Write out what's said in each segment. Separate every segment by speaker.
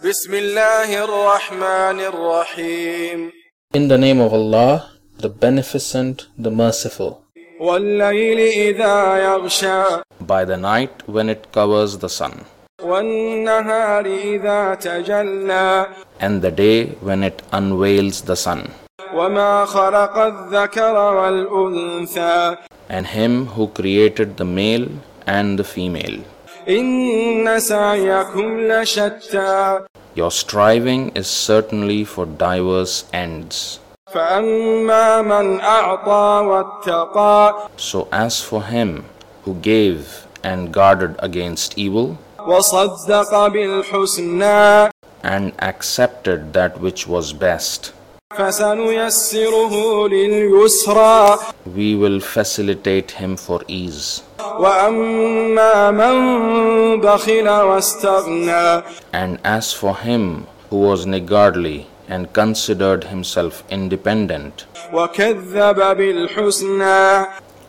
Speaker 1: بسم الله الرحمن الرحيم
Speaker 2: In the name of Allah, the Beneficent, the Merciful,
Speaker 1: والليل إذا يغشى
Speaker 2: by the night when it covers the sun,
Speaker 1: والنهار إذا تجلى
Speaker 2: and the day when it unveils the sun,
Speaker 1: وما خلق الذكر والأنثى
Speaker 2: and Him who created the male and the female.
Speaker 1: إن سعيكم لشتى
Speaker 2: Your striving is certainly for diverse ends.
Speaker 1: فأما من أعطى واتقى
Speaker 2: So, as for him who gave and guarded against evil,
Speaker 1: وصدق بالحسنى
Speaker 2: and accepted that which was best,
Speaker 1: فسنيسره لليسرى
Speaker 2: we will facilitate him for ease.
Speaker 1: وأما من بخل واستغنى
Speaker 2: And as for him who was niggardly and considered himself independent,
Speaker 1: وكذب بالحسنى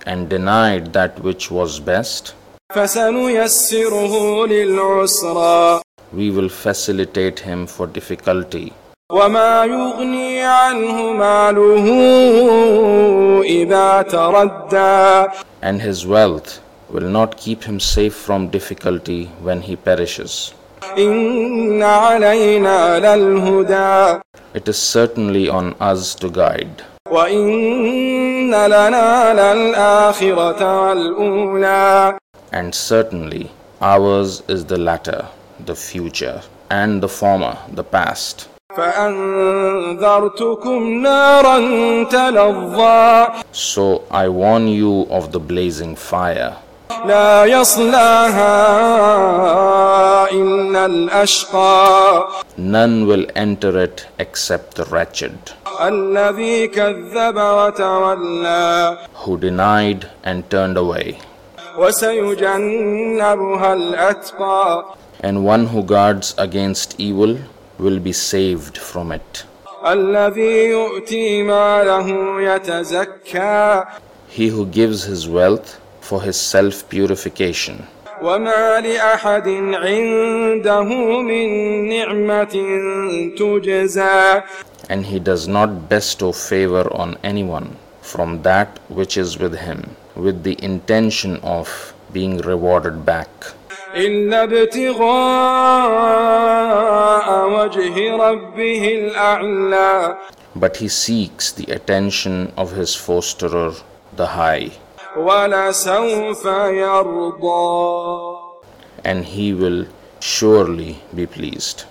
Speaker 2: and denied that which was best,
Speaker 1: فسنيسره للعسرى
Speaker 2: we will facilitate him for difficulty.
Speaker 1: وما يغني عنه ماله إذا تردى
Speaker 2: And his wealth will not keep him safe from difficulty when he perishes.
Speaker 1: إن علينا للهدى
Speaker 2: It is certainly on us to guide.
Speaker 1: وإن لنا للآخرة والأولى
Speaker 2: And certainly ours is the latter, the future, and the former, the past.
Speaker 1: فأنذرتكم نارا تلظى
Speaker 2: So I warn you of the blazing fire,
Speaker 1: لا يصلاها إلا الأشقى
Speaker 2: none will enter it except the wretched,
Speaker 1: الذي كذب وتولى
Speaker 2: who denied and turned away,
Speaker 1: وسيجنبها الأتقى
Speaker 2: and one who guards against evil will be saved from it.
Speaker 1: الذي يؤتي ماله يتزكى
Speaker 2: He who gives his wealth for his self purification,
Speaker 1: وما لأحد عنده من نعمة تجزى
Speaker 2: and he does not bestow favor on anyone from that which is with him, with the intention of being rewarded back.
Speaker 1: إلا ابتغاء وجه ربه الأعلى
Speaker 2: but he seeks the attention of his fosterer, the High,
Speaker 1: ولسوف يرضى
Speaker 2: and he will surely be pleased.